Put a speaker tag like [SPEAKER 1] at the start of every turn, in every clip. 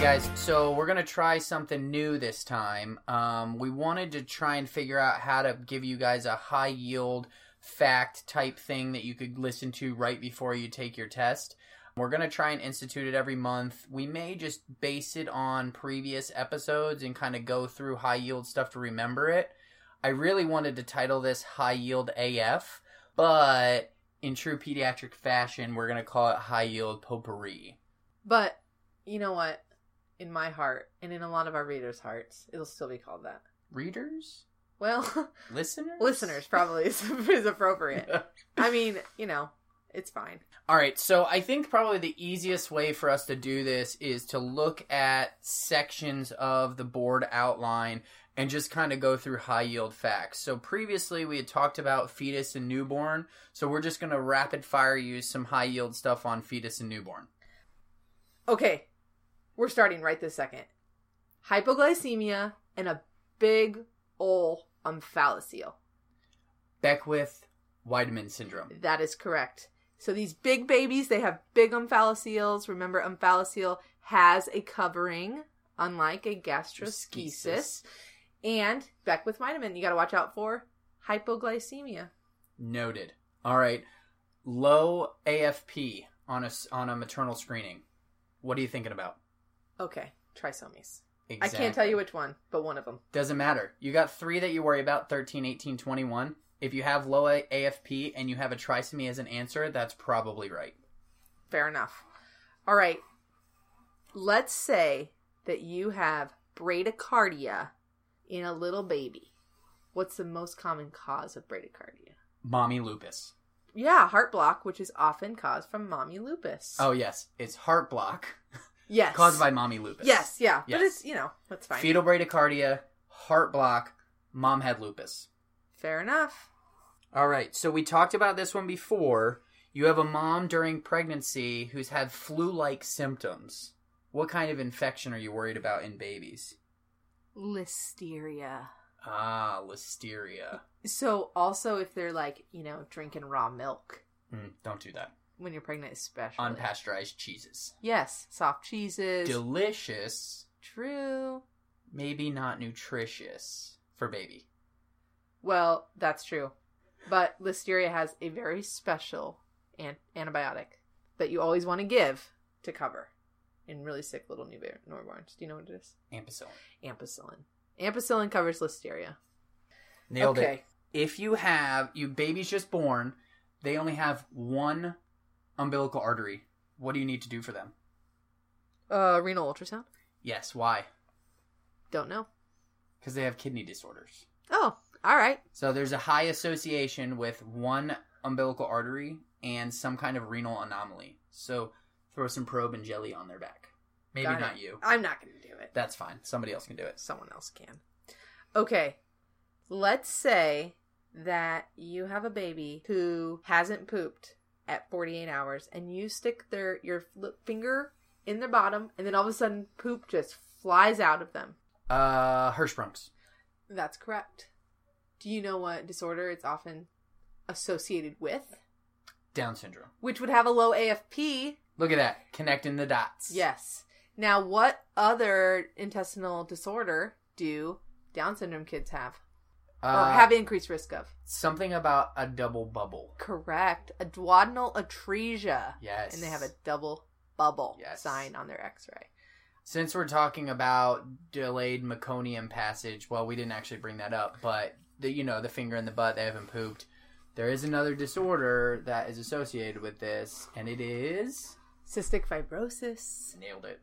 [SPEAKER 1] guys. So we're gonna try something new this time. Um, we wanted to try and figure out how to give you guys a high yield fact type thing that you could listen to right before you take your test. We're gonna try and institute it every month. We may just base it on previous episodes and kind of go through high yield stuff to remember it. I really wanted to title this High Yield AF, but in true pediatric fashion, we're gonna call it High Yield Potpourri.
[SPEAKER 2] But you know what? In my heart, and in a lot of our readers' hearts, it'll still be called that.
[SPEAKER 1] Readers,
[SPEAKER 2] Well,
[SPEAKER 1] listeners,
[SPEAKER 2] listeners probably is, is appropriate. I mean, you know, it's fine.
[SPEAKER 1] All right, so I think probably the easiest way for us to do this is to look at sections of the board outline and just kind of go through high yield facts. So previously we had talked about fetus and newborn, so we're just going to rapid fire use some high yield stuff on fetus and newborn.
[SPEAKER 2] Okay, we're starting right this second. Hypoglycemia and a big ol' um, omphalocele.
[SPEAKER 1] Beckwith Weidemann syndrome.
[SPEAKER 2] That is correct. So these big babies, they have big omphalocele. Remember, omphalocele has a covering, unlike a gastroschisis. And back with vitamin, you got to watch out for hypoglycemia.
[SPEAKER 1] Noted. All right. Low AFP on a s- on a maternal screening. What are you thinking about?
[SPEAKER 2] Okay, trisomies. I can't tell you which one, but one of them.
[SPEAKER 1] Doesn't matter. You got three that you worry about 13, 18, 21. If you have low A- AFP and you have a trisomy as an answer, that's probably right.
[SPEAKER 2] Fair enough. All right. Let's say that you have bradycardia in a little baby. What's the most common cause of bradycardia?
[SPEAKER 1] Mommy lupus.
[SPEAKER 2] Yeah, heart block, which is often caused from mommy lupus.
[SPEAKER 1] Oh, yes. It's heart block
[SPEAKER 2] yes,
[SPEAKER 1] caused by mommy lupus.
[SPEAKER 2] Yes, yeah, but
[SPEAKER 1] Yes.
[SPEAKER 2] it's you know that's fine.
[SPEAKER 1] Fetal bradycardia, heart block, mom had lupus.
[SPEAKER 2] Fair enough.
[SPEAKER 1] All right. So we talked about this one before. You have a mom during pregnancy who's had flu like symptoms. What kind of infection are you worried about in babies?
[SPEAKER 2] Listeria.
[SPEAKER 1] Ah, listeria.
[SPEAKER 2] So also, if they're like you know drinking raw milk
[SPEAKER 1] Mm, don't do that.
[SPEAKER 2] when you're pregnant, especially
[SPEAKER 1] Unpasteurized cheeses.
[SPEAKER 2] Yes, soft cheeses.
[SPEAKER 1] delicious,
[SPEAKER 2] true.
[SPEAKER 1] maybe not nutritious for baby.
[SPEAKER 2] Well, that's true, but listeria has a very special an- antibiotic that you always want to give to cover in really sick little new newborns. Do you know what it is?
[SPEAKER 1] Ampicillin.
[SPEAKER 2] Ampicillin. Ampicillin covers listeria.
[SPEAKER 1] Nailed
[SPEAKER 2] okay.
[SPEAKER 1] it. If you have you baby's just born, they only have one umbilical artery. What do you need to do for them?
[SPEAKER 2] Uh, renal ultrasound.
[SPEAKER 1] Yes, why?
[SPEAKER 2] Don't know.
[SPEAKER 1] Because they have kidney disorders.
[SPEAKER 2] Oh, all right.
[SPEAKER 1] So there's a high association with one umbilical artery and some kind of renal anomaly. So throw some probe and jelly on their back. Maybe
[SPEAKER 2] Got
[SPEAKER 1] not
[SPEAKER 2] it.
[SPEAKER 1] you.
[SPEAKER 2] I'm not going to do it.
[SPEAKER 1] That's fine. Somebody else can do it.
[SPEAKER 2] Someone else can. Okay. Let's say that you have a baby who hasn't pooped at 48 hours and you stick their your fl- finger in their bottom and then all of a sudden poop just flies out of them.
[SPEAKER 1] Uh Hirschsprungs.
[SPEAKER 2] That's correct. Do you know what disorder it's often associated with?
[SPEAKER 1] Down syndrome.
[SPEAKER 2] Which would have a low AFP
[SPEAKER 1] Look at that, connecting the dots.
[SPEAKER 2] Yes. Now, what other intestinal disorder do Down syndrome kids have or
[SPEAKER 1] Uh,
[SPEAKER 2] have increased risk of?
[SPEAKER 1] something about a double bubble.
[SPEAKER 2] Correct. A duodenal atresia.
[SPEAKER 1] Yes.
[SPEAKER 2] And they have a double bubble
[SPEAKER 1] Yes.
[SPEAKER 2] sign on their x ray.
[SPEAKER 1] Since we're talking about delayed meconium passage, well, we didn't actually bring that up, but the you know the finger in the butt, they haven't pooped. There is another disorder that is associated with this, and it is
[SPEAKER 2] Cystic fibrosis.
[SPEAKER 1] nailed it.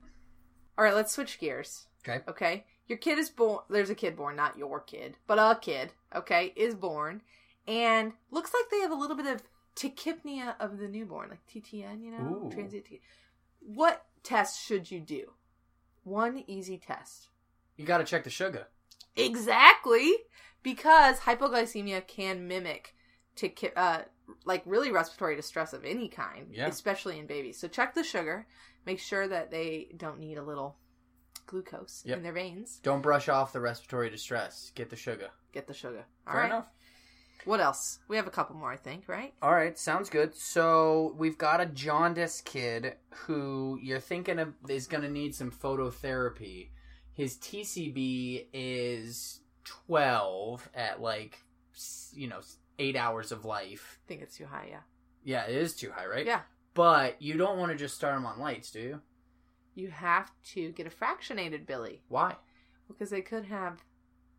[SPEAKER 2] All right, let's switch gears.
[SPEAKER 1] Okay.
[SPEAKER 2] Okay. Your kid is born. There's a kid born, not your kid, but a kid, okay, is born. And looks like they have a little bit of tachypnea of the newborn, like TTN, you know?
[SPEAKER 1] Ooh.
[SPEAKER 2] Transient tachy- What test should you do? One easy test.
[SPEAKER 1] You got to check the sugar.
[SPEAKER 2] Exactly. Because hypoglycemia can mimic tachy- uh, like really respiratory distress of any kind,
[SPEAKER 1] Yeah.
[SPEAKER 2] especially in babies. So check the sugar. Make sure that they don't need a little glucose
[SPEAKER 1] Yep.
[SPEAKER 2] in their veins.
[SPEAKER 1] Don't brush off the respiratory distress. Get the sugar.
[SPEAKER 2] Get the sugar. All
[SPEAKER 1] Fair
[SPEAKER 2] right.
[SPEAKER 1] enough.
[SPEAKER 2] What else? We have a couple more, I think, right?
[SPEAKER 1] All right, sounds good. So we've got a jaundice kid who you're thinking of is going to need some phototherapy. His TCB is 12 at like, s- you know, eight hours of life.
[SPEAKER 2] I think it's too high, yeah.
[SPEAKER 1] Yeah, it is too high, right?
[SPEAKER 2] Yeah.
[SPEAKER 1] But you don't want to just start him on lights, do you?
[SPEAKER 2] You have to get a fractionated Billy
[SPEAKER 1] Why?
[SPEAKER 2] because they could have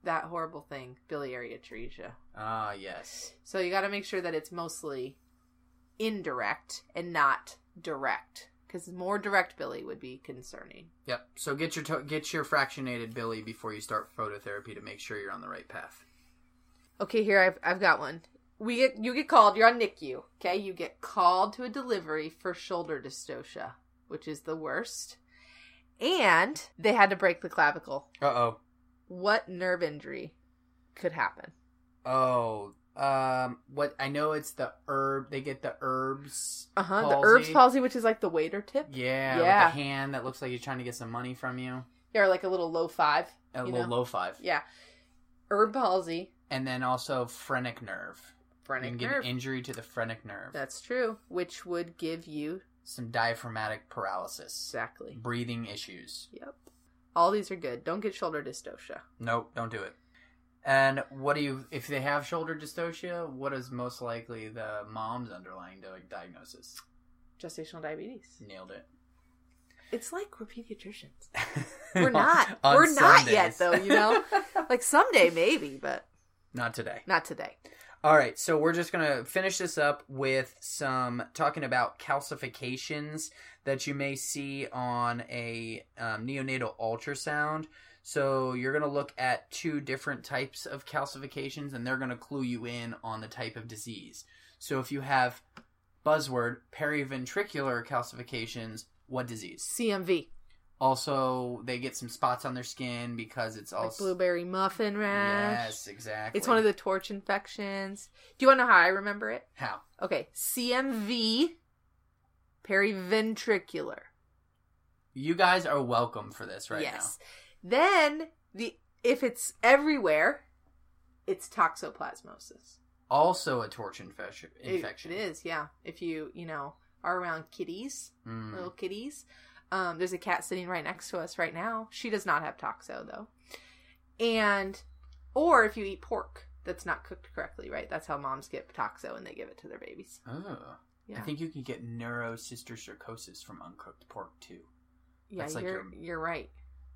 [SPEAKER 2] that horrible thing, biliary atresia.
[SPEAKER 1] Ah, yes.
[SPEAKER 2] So you got to make sure that it's mostly indirect and not direct because more direct Billy would be concerning.
[SPEAKER 1] Yep. So get your to- get your fractionated Billy before you start phototherapy to make sure you're on the right path.
[SPEAKER 2] Okay, here I've I've got one. We get you get called. You're on NICU. Okay, you get called to a delivery for shoulder dystocia, which is the worst. And they had to break the clavicle.
[SPEAKER 1] Uh oh.
[SPEAKER 2] What nerve injury could happen?
[SPEAKER 1] Oh, um, what I know it's the herb. They get the herbs.
[SPEAKER 2] Uh huh. The
[SPEAKER 1] Palsy.
[SPEAKER 2] herbs palsy, which is like the waiter tip.
[SPEAKER 1] Yeah,
[SPEAKER 2] Yeah.
[SPEAKER 1] with the hand that looks like you're trying to get some money from you.
[SPEAKER 2] Yeah, or like a little low five.
[SPEAKER 1] A
[SPEAKER 2] You
[SPEAKER 1] little
[SPEAKER 2] know.
[SPEAKER 1] low five,
[SPEAKER 2] Yeah, herb palsy,
[SPEAKER 1] and then also phrenic nerve. you can
[SPEAKER 2] phrenic
[SPEAKER 1] get
[SPEAKER 2] nerve.
[SPEAKER 1] an injury to the phrenic nerve.
[SPEAKER 2] That's true. Which would give you
[SPEAKER 1] Some diaphragmatic paralysis,
[SPEAKER 2] exactly.
[SPEAKER 1] breathing issues.
[SPEAKER 2] Yep. All these are good. Don't get shoulder dystocia.
[SPEAKER 1] Nope, don't do it. And what do you? If they have shoulder dystocia, what is most likely the mom's underlying di- diagnosis?
[SPEAKER 2] Gestational diabetes.
[SPEAKER 1] Nailed it.
[SPEAKER 2] It's like we're pediatricians. We're not.
[SPEAKER 1] On
[SPEAKER 2] We're not yet,
[SPEAKER 1] Sundays.
[SPEAKER 2] though, you know? Like someday, maybe, but
[SPEAKER 1] not today.
[SPEAKER 2] not today.
[SPEAKER 1] All right, so we're just going to finish this up with some talking about calcifications that you may see on a um, neonatal ultrasound. So you're going to look at two different types of calcifications, and they're going to clue you in on the type of disease. So if you have buzzword periventricular calcifications, what disease?
[SPEAKER 2] CMV,
[SPEAKER 1] Also, they get some spots on their skin because it's
[SPEAKER 2] like
[SPEAKER 1] also
[SPEAKER 2] blueberry muffin rash.
[SPEAKER 1] yes, exactly.
[SPEAKER 2] It's one of the torch infections. Do you want to know how I remember it?
[SPEAKER 1] how
[SPEAKER 2] Okay, CMV, periventricular.
[SPEAKER 1] you guys are welcome for this right now.
[SPEAKER 2] yes. Then the if it's everywhere, it's toxoplasmosis.
[SPEAKER 1] also a torch infection.
[SPEAKER 2] It-
[SPEAKER 1] Infection.
[SPEAKER 2] it is, yeah. If you you know are around kitties,
[SPEAKER 1] Mm.
[SPEAKER 2] little kitties. Um, there's a cat sitting right next to us right now. She does not have toxo though, and or if you eat pork that's not cooked correctly, right? That's how moms get toxo and they give it to their babies.
[SPEAKER 1] Oh.
[SPEAKER 2] Yeah,
[SPEAKER 1] I think you can get neurocysticercosis from uncooked pork too.
[SPEAKER 2] yeah,
[SPEAKER 1] that's like
[SPEAKER 2] you're
[SPEAKER 1] your-
[SPEAKER 2] you're right.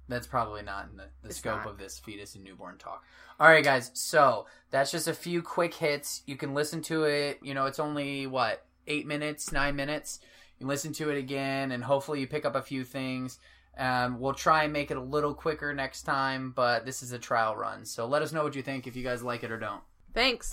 [SPEAKER 1] That's probably not in the, the
[SPEAKER 2] It's
[SPEAKER 1] scope
[SPEAKER 2] not.
[SPEAKER 1] of this fetus and newborn talk. All right, guys. So that's just a few quick hits. You can listen to it. You know, it's only what eight minutes, nine minutes. You listen to it again, and hopefully you pick up a few things. Um, we'll try and make it a little quicker next time, but this is a trial run. So let us know what you think if you guys like it or don't.
[SPEAKER 2] Thanks.